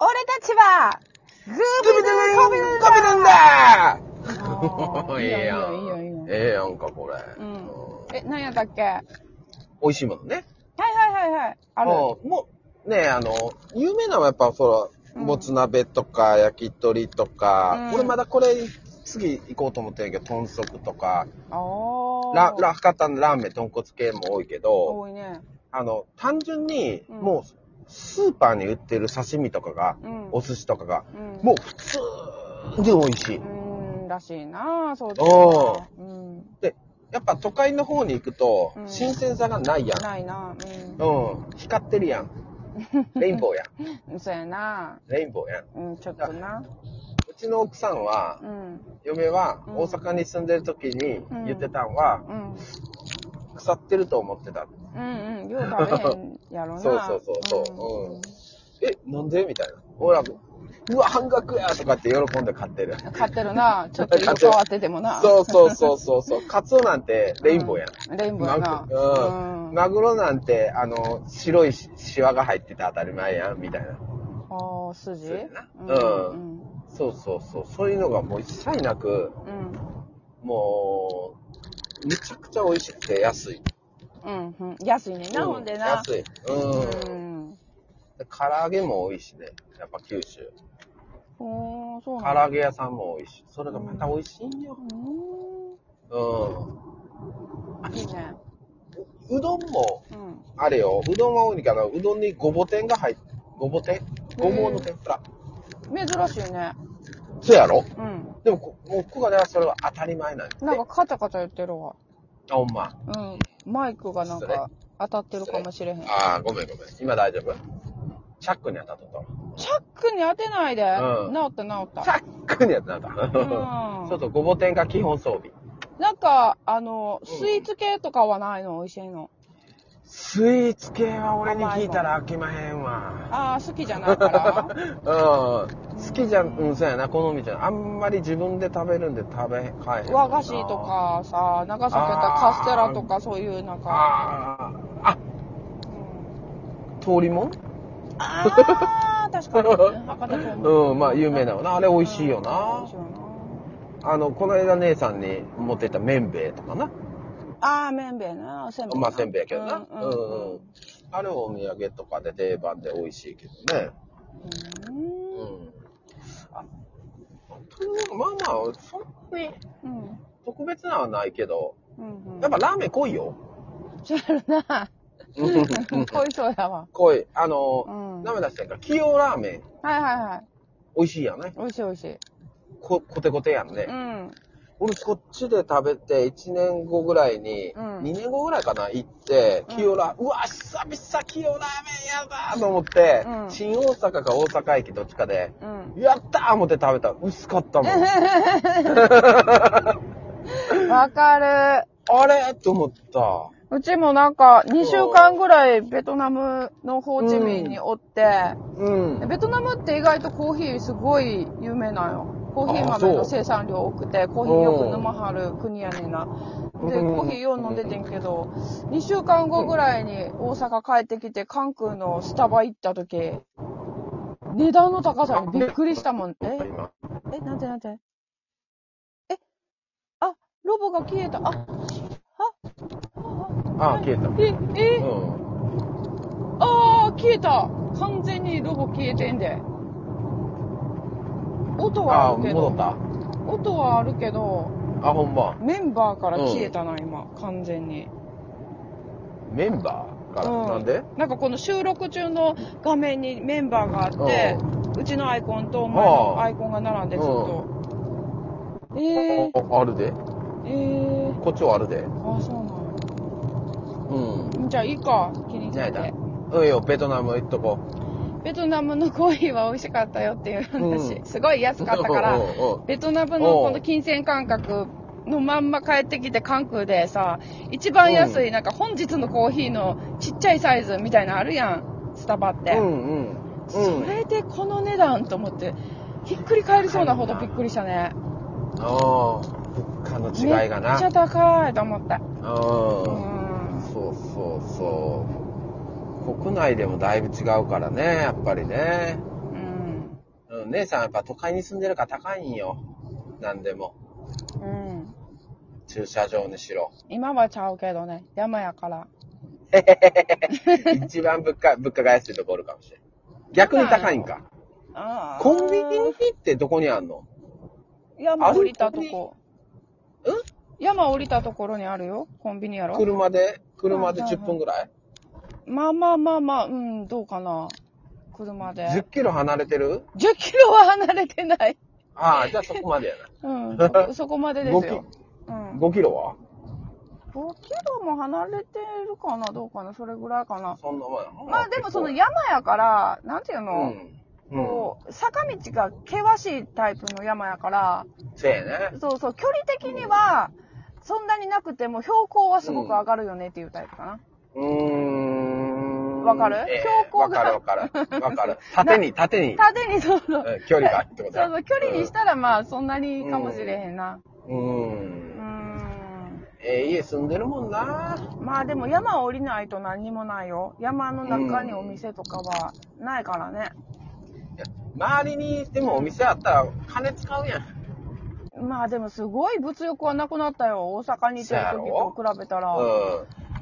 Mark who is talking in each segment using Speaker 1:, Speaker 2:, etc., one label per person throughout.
Speaker 1: 俺たちは、グービ
Speaker 2: コビ
Speaker 1: ル
Speaker 2: ル
Speaker 1: コビル
Speaker 2: ン
Speaker 1: ン
Speaker 2: だ
Speaker 1: だ
Speaker 2: ーええやん。
Speaker 1: いいよいいよいいよいいよ
Speaker 2: ええやんか、これ。
Speaker 1: うん
Speaker 2: うん
Speaker 1: え、何やったっけはい
Speaker 2: 美味しいものね。
Speaker 1: はいはいはい。ある。
Speaker 2: うんもう、ねえ、あの、有名なのはやっぱ、そら、
Speaker 1: うん
Speaker 2: もつ鍋とか、焼き鳥とか、
Speaker 1: うん
Speaker 2: 俺まだこれ、次行こうと思ってんやけど、豚足とか、
Speaker 1: おー。
Speaker 2: ラ、ラ、博多のラーメン、豚骨系も多いけど、
Speaker 1: 多いね。
Speaker 2: あの、単純に、
Speaker 1: うん
Speaker 2: もう、スーパーに売ってる刺身とかが、
Speaker 1: うん。
Speaker 2: お寿司とかが、
Speaker 1: うん。
Speaker 2: もう普通で美味しいう
Speaker 1: ん、らしいなそうだ
Speaker 2: おー
Speaker 1: よな。うん。
Speaker 2: やっぱ都会の方に行くと
Speaker 1: う、ん
Speaker 2: 新鮮さがないやん。
Speaker 1: ないなう
Speaker 2: うん。光ってる やん。レインボーやん。
Speaker 1: ん。そうやな
Speaker 2: レインボーやん。
Speaker 1: うん、ちょっとな。
Speaker 2: うちの奥さんは
Speaker 1: う、ん。
Speaker 2: 嫁は
Speaker 1: うん
Speaker 2: 大阪に住んでる時に
Speaker 1: うん
Speaker 2: 言ってたんは、
Speaker 1: うん。
Speaker 2: 腐ってると思ってた。
Speaker 1: うんうん。よう食べへんやろな。
Speaker 2: そうそうそうそううんえ、なんでみたいな。俺は、うわ、半額やとかって喜んで買っ てる。
Speaker 1: うん。買ってるなちょっと色変わっててもな。
Speaker 2: そうそうそうそうそう。カツオなんてレインボーやん。
Speaker 1: うん。レインボーやな。
Speaker 2: うん。マグロなんて、あの、白いしシワが入ってて当たり前やん、みたいな。
Speaker 1: ああ、筋
Speaker 2: そうやな
Speaker 1: う。
Speaker 2: うんそうそうそう。そういうのがもう一切なく、
Speaker 1: うん。
Speaker 2: もう、めちゃくちゃ美味しくて安い。
Speaker 1: うん。うん。安いねんな、
Speaker 2: うん
Speaker 1: ほんでな。
Speaker 2: 安い。うん。
Speaker 1: うん。
Speaker 2: で唐揚げも美味しいね。やっぱ九州。
Speaker 1: おー、そう
Speaker 2: 唐
Speaker 1: なんだ。
Speaker 2: 揚げ屋さんも美味しい。それがまた美味しいんよ。う
Speaker 1: うん。いいね。
Speaker 2: ん。うどんも、
Speaker 1: うん。
Speaker 2: あれよ、うどんは多いから、うどんにごぼ天が入って、ごぼ天ごぼうの天ぷら。
Speaker 1: 珍しいね。
Speaker 2: そうやろ
Speaker 1: うん。
Speaker 2: でもこ、もうここがね、それは当たり前なんで。
Speaker 1: なんかカチャカチャ言ってるわ。
Speaker 2: あ、ほんま。
Speaker 1: うん。マイクがなん
Speaker 2: それ
Speaker 1: か当たってるかもしれへん。
Speaker 2: ああ、ごめんごめん。今大丈夫チャックに当たっとったわ。
Speaker 1: チャックに当てないで。
Speaker 2: うん
Speaker 1: 治った治った。
Speaker 2: チャックにやってなんか。
Speaker 1: うん
Speaker 2: ちょっとごぼ天が基本装備。
Speaker 1: なんか、あの、
Speaker 2: ん
Speaker 1: スイーツ系とかはないの美味しいの。
Speaker 2: スイーツ系は俺に聞いたら飽きまへんわ。
Speaker 1: ああ、好きじゃないから。
Speaker 2: うん。好きじゃん、うん、そうやな、好みじゃん。あんまり自分で食べるんで食べへん、買えへん。
Speaker 1: 和菓子と。かさ、長崎やったらカステラとかそういうなんか。
Speaker 2: ああ、あ、
Speaker 1: うん
Speaker 2: 通りもん
Speaker 1: ああ、確かに。博多と
Speaker 2: うん、まあ有名だよな。あれ美味しいよ
Speaker 1: 美味
Speaker 2: な
Speaker 1: しい。よ
Speaker 2: あの、この間姉さんに持ってった麺兵衛とかな。
Speaker 1: な。ああ、めんべいな。せんべいな。
Speaker 2: まあせんべいやけどな。
Speaker 1: うんうんうん
Speaker 2: うん。あれお土産とかで定番で美味しいけどね。
Speaker 1: うん
Speaker 2: うん。あ、というかまあまあ、そんなに
Speaker 1: うん
Speaker 2: 特別なのはないけど、
Speaker 1: うんうん
Speaker 2: やっぱラーメン濃いよ。
Speaker 1: そうやろな。恋そうやわ。
Speaker 2: 濃い。あ
Speaker 1: う
Speaker 2: の、
Speaker 1: ん。はい
Speaker 2: ラーメン出してんから、企業ラーメン、
Speaker 1: はいはい。
Speaker 2: 美味しいやんね。
Speaker 1: 美味しい美味しい。
Speaker 2: こ、コテコテやん
Speaker 1: う
Speaker 2: ね。
Speaker 1: ん。
Speaker 2: 俺、こっちで食べて、1年後ぐらいに、
Speaker 1: うん
Speaker 2: 2年後ぐらいかな、行って、
Speaker 1: うん
Speaker 2: 企業ラー、うわ、久々企業ラーメンやだーと思って、
Speaker 1: うん
Speaker 2: 新大阪か大阪駅どっちかで、
Speaker 1: うん。
Speaker 2: やったー思って食べた。薄かったもん。
Speaker 1: わかる。
Speaker 2: あれと思った。
Speaker 1: うちもなんか、2週間ぐらいベトナムのホーチミンにおって、
Speaker 2: うん。
Speaker 1: ベトナムって意外とコーヒーすごい有名なんよ。コーヒー
Speaker 2: あそ
Speaker 1: 豆
Speaker 2: う
Speaker 1: の生産量多くて、コーヒーよく沼はる国やねんな。で、
Speaker 2: うん
Speaker 1: コーヒーよう飲んでてんけど、2週間後ぐらいに大阪帰ってきて、関空のスタバ行った時、値段の高さにびっくりしたもん。え
Speaker 2: 今
Speaker 1: え、なんてなんて。え、あ、ロボが消えた。あ、
Speaker 2: ああ、消えた。
Speaker 1: え、え、
Speaker 2: う
Speaker 1: あー、消えた。完全にロボ消えてんで。音
Speaker 2: ん。
Speaker 1: は
Speaker 2: あ
Speaker 1: あ
Speaker 2: あ、
Speaker 1: るけ
Speaker 2: 戻
Speaker 1: ど
Speaker 2: っ、た。
Speaker 1: 音はあるけど、
Speaker 2: あ、ほんま。
Speaker 1: メンバーから消えたな、今、完全に。
Speaker 2: メンバーから。
Speaker 1: うん
Speaker 2: なんで
Speaker 1: なんかこの収録中の画面にメンバーがあって、うちのアイコンとお前のアイコンが並んで、ずっと。えー、
Speaker 2: ああるで。
Speaker 1: えー、
Speaker 2: こっちはあるで。
Speaker 1: あ、そうなん
Speaker 2: うん。
Speaker 1: やじゃあいいか、気に
Speaker 2: じゃあ
Speaker 1: 入
Speaker 2: や
Speaker 1: っ
Speaker 2: だ
Speaker 1: て。。
Speaker 2: うんよ、ベトナム行っとこう。
Speaker 1: ベトナムのコーヒーは美味しかったよっていう話。
Speaker 2: うん
Speaker 1: すごい安かったか ら
Speaker 2: うん、うん
Speaker 1: ベトナムのこの金銭感覚のまんま帰ってきて関空でさ、一番安いなんか本日のコーヒーのちっちゃいサイズみたいなのあるやん、スタバって。
Speaker 2: うんうん。う
Speaker 1: そ
Speaker 2: ん。
Speaker 1: れでこの値段と思って、ひっくり返りそうなほどびっくりしたね。
Speaker 2: ああ、物価の違いが
Speaker 1: めっ
Speaker 2: な。
Speaker 1: ちゃ高いと思った。
Speaker 2: うん。
Speaker 1: うん。
Speaker 2: そうそうそう。国内でもだいぶ違うからね、やっぱりね。
Speaker 1: うん
Speaker 2: 姉さんやっぱ都会に住んでるから高いんよ。なんでも。
Speaker 1: うん。
Speaker 2: 駐車場にしろ。
Speaker 1: 今はちゃうけどね。山やから。
Speaker 2: 一番物価、 物価が安いとこおるかもしれん。逆に高いんか。
Speaker 1: あー
Speaker 2: コンビニってどこにあんの
Speaker 1: 山降りたとこ。
Speaker 2: あるコン
Speaker 1: 山降りたところにあるよ。コンビニやろ。
Speaker 2: 車で、車で
Speaker 1: はいはい
Speaker 2: 10分ぐらい
Speaker 1: まあまあまあまあ、うん、どうかな。車で。
Speaker 2: ?10 キロ離れてる
Speaker 1: 10キロは離れてない。
Speaker 2: ああ、じゃあそこまでや
Speaker 1: うん、そこ そこまでですよ。う
Speaker 2: な。
Speaker 1: ん。
Speaker 2: 5キロは
Speaker 1: 5キロも離れてるかな、どうかな、それぐらいかな。
Speaker 2: そんなもんやろ
Speaker 1: まあでもその、山やから、なんていう
Speaker 2: う
Speaker 1: の、
Speaker 2: ん。うん。
Speaker 1: こう、坂道が険しいタイプの山やから、
Speaker 2: せやね。
Speaker 1: そうそう、距離的には、そんなになくても標高はすごく上がるよねっていうタイプかな。
Speaker 2: うーん。
Speaker 1: わかる標高が
Speaker 2: わかるわかる。わか る。縦に、縦に、
Speaker 1: 縦にその、そう
Speaker 2: うん距離があるってことや
Speaker 1: そう、距離にしたらまあそんなにかもしれへんな。
Speaker 2: うー。
Speaker 1: うんん。
Speaker 2: ええ家住んでるもんな。
Speaker 1: まあでも山を降りないと何にもないよ。山の中にお店とかはないからね。
Speaker 2: 周りに、でもお店あったら金使うやん。
Speaker 1: まあでもすごい物欲はなくなったよ。大阪にいてる時と比べたら。
Speaker 2: うん。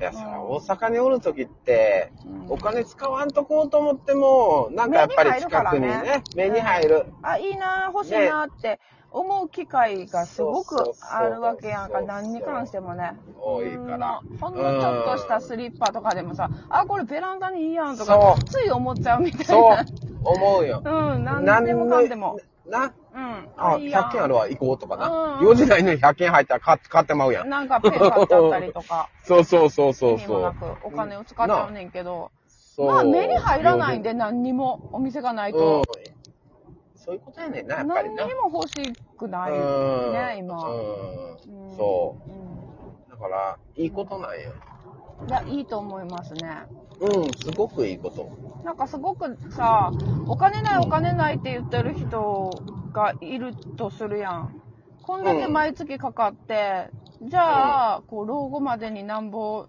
Speaker 2: いや、そら大阪におるときって、
Speaker 1: うん
Speaker 2: お金使わんとこうと思っても、なんかやっぱり近くにね、目
Speaker 1: 目
Speaker 2: に
Speaker 1: に
Speaker 2: 入
Speaker 1: 入
Speaker 2: る。
Speaker 1: あ、いいな、欲しいなって思う機会がすごくあるわけやんか。
Speaker 2: そうそうそうそう
Speaker 1: 何に関してもね。
Speaker 2: 多いから
Speaker 1: うんほんのちょっとしたスリッパとかでもさ、あ、これベランダにいいやんと
Speaker 2: そ
Speaker 1: か
Speaker 2: う、
Speaker 1: つい思っちゃうみたい
Speaker 2: そう
Speaker 1: な。、
Speaker 2: 思うよ。
Speaker 1: うん、何でもかんでも。
Speaker 2: な、
Speaker 1: うん。
Speaker 2: あ、
Speaker 1: いいやん
Speaker 2: 100件あるわ、行こうとかな。
Speaker 1: うん
Speaker 2: 4時台に100件入ったら買って買ってまうやん。
Speaker 1: なんかペン買っちゃったりとか。
Speaker 2: そうそうそうそ
Speaker 1: 意
Speaker 2: う
Speaker 1: 味も
Speaker 2: そ
Speaker 1: な
Speaker 2: う。
Speaker 1: くお金を使っちゃうねんけど。
Speaker 2: そう
Speaker 1: まあ目に入らないんで何にもお店がないと。
Speaker 2: うんそういうことやねんな、やっぱり
Speaker 1: 何に
Speaker 2: な。
Speaker 1: も欲しくない
Speaker 2: うん
Speaker 1: ね、今。
Speaker 2: うん
Speaker 1: うん
Speaker 2: そ
Speaker 1: うん
Speaker 2: う。だから、いいことなんよ。
Speaker 1: いや、いいと思いますね。
Speaker 2: うん、すごくいいこと。
Speaker 1: なんかすごくさ、お金ないお金ないって言ってる人がいるとするやん。こんだけ毎月かかって、じゃあ、こう、老後までになんぼ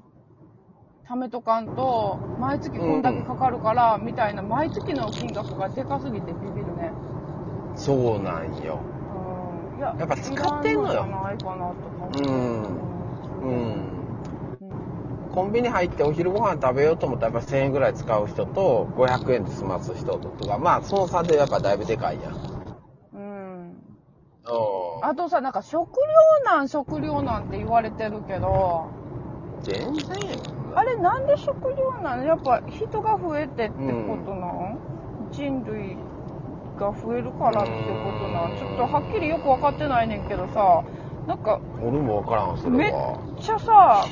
Speaker 1: 貯めとかんと、毎月こんだけかかるから、みたいな、毎月の金額がでかすぎてビビるね。
Speaker 2: そうなんよ。
Speaker 1: うん。いや
Speaker 2: やっぱ使ってんのよ
Speaker 1: いらんじゃないかなとか。
Speaker 2: うん。うん。
Speaker 1: うん
Speaker 2: コンビニ入ってお昼ご飯食べようと思ったらやっぱ1000円ぐらい使う人と500円で済ます人とか、まあその差でやっぱだいぶでかいやん。う
Speaker 1: う
Speaker 2: ん。
Speaker 1: ん。あとさ、なんか食糧難、食糧難って言われてるけど、
Speaker 2: 全然やんな
Speaker 1: あれなんで食料なのやっぱ人が増えてってことなん、人類が増えるからってことな
Speaker 2: うんん
Speaker 1: ちょっとはっきりよく分かってないねんけどさなんか
Speaker 2: 俺もわからん、それは。
Speaker 1: めっちゃさ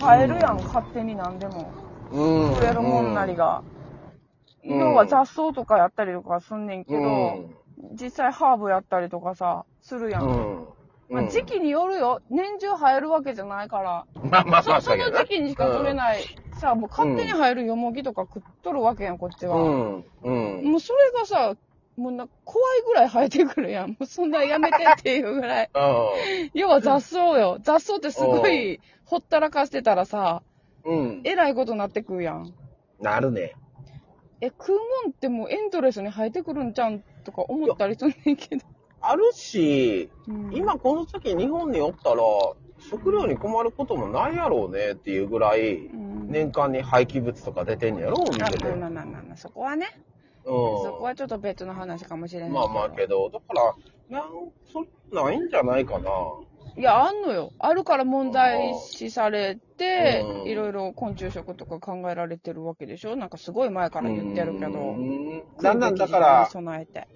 Speaker 1: 買えるやん、勝手に何でも
Speaker 2: うん
Speaker 1: 増えるもんなり。が、
Speaker 2: うん
Speaker 1: 要は雑草とかやったりとかすんねんけ
Speaker 2: う
Speaker 1: ど、
Speaker 2: ん。
Speaker 1: 実際ハーブやったりとかさするやん、
Speaker 2: うん。
Speaker 1: まあ、時期によるよ年中生えるわけじゃないから
Speaker 2: まあまあま
Speaker 1: そ
Speaker 2: あ、
Speaker 1: その時期にしか取れ
Speaker 2: い。
Speaker 1: ない、さ、もう勝手に入るよもぎとか食っとるわけやん、こっち
Speaker 2: う
Speaker 1: は。
Speaker 2: ん。うん。。
Speaker 1: もうそれがさ、もうな、怖いぐらい生えてくるやん。もうそんなやめてっていうぐらい
Speaker 2: あ
Speaker 1: 要は雑草よ。雑草ってすごい、ほったらかしてたらさ、
Speaker 2: うん。
Speaker 1: えらいことなってくるやん。
Speaker 2: なるね。
Speaker 1: え、食うもんってもうエンドレスに生えてくるんじゃんとか思ったりすんねんけど。
Speaker 2: あるし、
Speaker 1: うん、
Speaker 2: 今この時日本におったら、食料に困ることもないやろうねっていうぐらい、
Speaker 1: うん、
Speaker 2: 年間に廃棄物とか出てんやろ、お店
Speaker 1: あ
Speaker 2: で。
Speaker 1: まあまあまあまあ、そこはね。そこ
Speaker 2: う
Speaker 1: はちょっと別の話かもしれない
Speaker 2: ん。
Speaker 1: け
Speaker 2: ま
Speaker 1: ど。
Speaker 2: あまあけど、だから、なん、それないんじゃないかな。
Speaker 1: いや、あんのよ。あるから問題視されて
Speaker 2: う、ん
Speaker 1: いろいろ昆虫食とか考えられてるわけでしょなんかすごい前から言ってるけど
Speaker 2: う。ん
Speaker 1: 食
Speaker 2: だ
Speaker 1: うべき
Speaker 2: んだんだか
Speaker 1: 時
Speaker 2: ら、
Speaker 1: 代に備えて。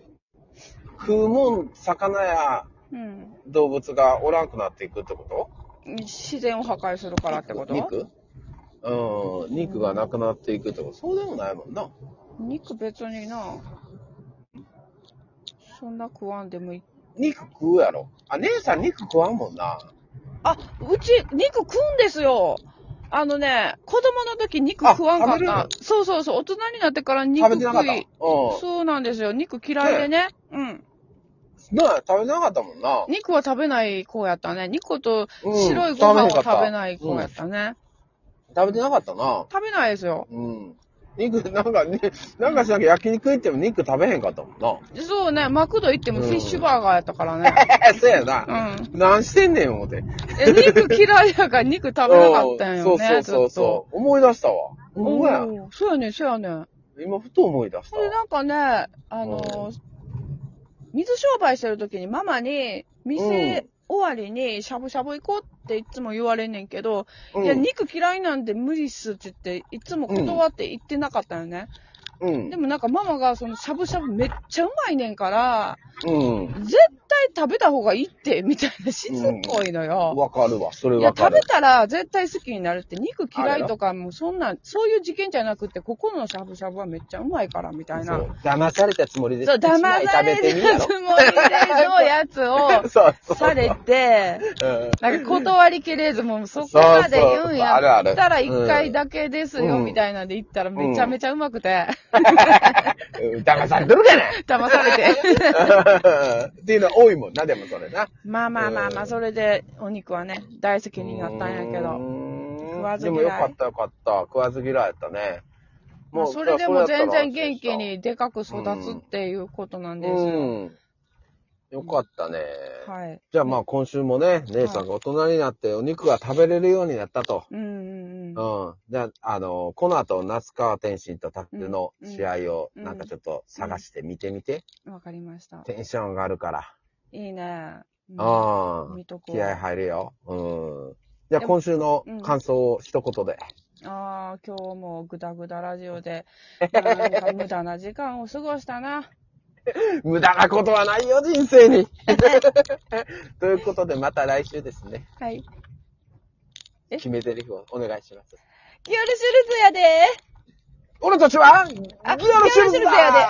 Speaker 2: 食うもん、魚や
Speaker 1: うん。
Speaker 2: 動物がおらんくなっていくってこと
Speaker 1: 自然を破壊するからってこと
Speaker 2: 肉うん、肉がなくなっていくってこと。そうでもないもんな。
Speaker 1: 肉別にな。そんな食わんでもいい。
Speaker 2: 肉食うやろ。あ、姉さん肉食わんもんな。
Speaker 1: あ、うち肉食うんですよ。あのね、子供の時肉食わんか
Speaker 2: あ食べれる
Speaker 1: った。そうそうそう。大人になってから
Speaker 2: 食べ
Speaker 1: 肉
Speaker 2: てなかっ
Speaker 1: 食
Speaker 2: た。う
Speaker 1: い。
Speaker 2: ん。
Speaker 1: そうなんですよ。肉嫌いでね。うん。
Speaker 2: なあ、食べてなかったもんな。
Speaker 1: 肉は食べない子やったね。肉と
Speaker 2: うん
Speaker 1: 白いご飯は
Speaker 2: 食べへんかった
Speaker 1: 食べない子やったね。
Speaker 2: 食べてなかったな。
Speaker 1: 食べないですよ。
Speaker 2: うん。肉、なんかね、なんかしなきゃ焼肉行っても肉食べへんかったもんな。
Speaker 1: そうね、マクド行ってもフィッシュバーガーやったからね。
Speaker 2: えそうやな。
Speaker 1: う
Speaker 2: 何してんねん、思って。
Speaker 1: え、肉嫌いやから肉食べなかったんよね。
Speaker 2: そうそうそうそう。思い出したわ。
Speaker 1: ずっと
Speaker 2: ほんまや。
Speaker 1: おーそうやね、そうやね。
Speaker 2: 今、ふと思い出した
Speaker 1: ほんで
Speaker 2: わ。
Speaker 1: なんかね、あの、水商売してる時にママに、
Speaker 2: うん
Speaker 1: 店終わりにしゃぶしゃぶ行こうっていつも言われんねんけど、
Speaker 2: うん
Speaker 1: いや、肉嫌いなんで無理っすって言って、いつも断って行ってなかったよね。
Speaker 2: うん
Speaker 1: で。もなんかママがそのしゃぶしゃぶめっちゃうまいねんから、
Speaker 2: うん。
Speaker 1: 絶対食べた方がいいって、みたいなしつこいのよ。
Speaker 2: わかるわ。それ
Speaker 1: いや
Speaker 2: わ、か
Speaker 1: 食
Speaker 2: る
Speaker 1: べ。たら絶対好きになるって、肉嫌いとかもうそんな、そういう事件じゃなくて、ここのしゃぶしゃぶはめっちゃうまいから、みたいな。
Speaker 2: そ
Speaker 1: そう
Speaker 2: う。騙されたつもりで。
Speaker 1: そう、騙され
Speaker 2: 一枚食べてみ
Speaker 1: た
Speaker 2: やろ
Speaker 1: つもりでのやつを
Speaker 2: そうそう。
Speaker 1: され て、
Speaker 2: うん
Speaker 1: なんか断りきれず、もうそこまで言うんや
Speaker 2: そうそうあるある
Speaker 1: ったら一回だけですよ、
Speaker 2: うん
Speaker 1: みたいなんで言ったらめちゃめちゃうまくて、
Speaker 2: うん騙されてるか
Speaker 1: 騙されて。
Speaker 2: なっていうのは多いもんな、でもそれな。
Speaker 1: まあまあまあま
Speaker 2: う
Speaker 1: あ、
Speaker 2: ん
Speaker 1: それでお肉はね、大好きになったんやけ
Speaker 2: う
Speaker 1: ど。
Speaker 2: ーん
Speaker 1: 食わず
Speaker 2: で
Speaker 1: 嫌い
Speaker 2: もよかったよかった。食わず嫌いやったね。
Speaker 1: まあそれでも全然元気
Speaker 2: い
Speaker 1: にでかく育つっていうことなん
Speaker 2: い
Speaker 1: ですよ。
Speaker 2: うん。よかったね。
Speaker 1: はい。
Speaker 2: じゃあまあ今週もね、姉さんが大人になってお肉が食べれるようになったと。
Speaker 1: うんうんうん。
Speaker 2: うん。じゃあ、あの、この後、夏川天心と卓球の試合を、
Speaker 1: うん
Speaker 2: なんかちょっと探して見てみて。
Speaker 1: わかりました。
Speaker 2: テンション上がるから。
Speaker 1: いいね。うん
Speaker 2: うん。
Speaker 1: 見とこ
Speaker 2: 気合
Speaker 1: う。
Speaker 2: 入るよ。うん。じゃ
Speaker 1: で
Speaker 2: あ
Speaker 1: も
Speaker 2: 今週の感想を一言で。
Speaker 1: ああ、今日もぐだぐだラジオで、なんか無駄な時間を過ごしたな。
Speaker 2: 無駄なことはないよ、人生に。 ということで、また来週ですね。
Speaker 1: はい。よえ
Speaker 2: 決め台詞をお願いします。
Speaker 1: ろしゅるずやで
Speaker 2: 俺たちは、
Speaker 1: あ
Speaker 2: ギアのシルズ
Speaker 1: ギアのシルズやで
Speaker 2: だ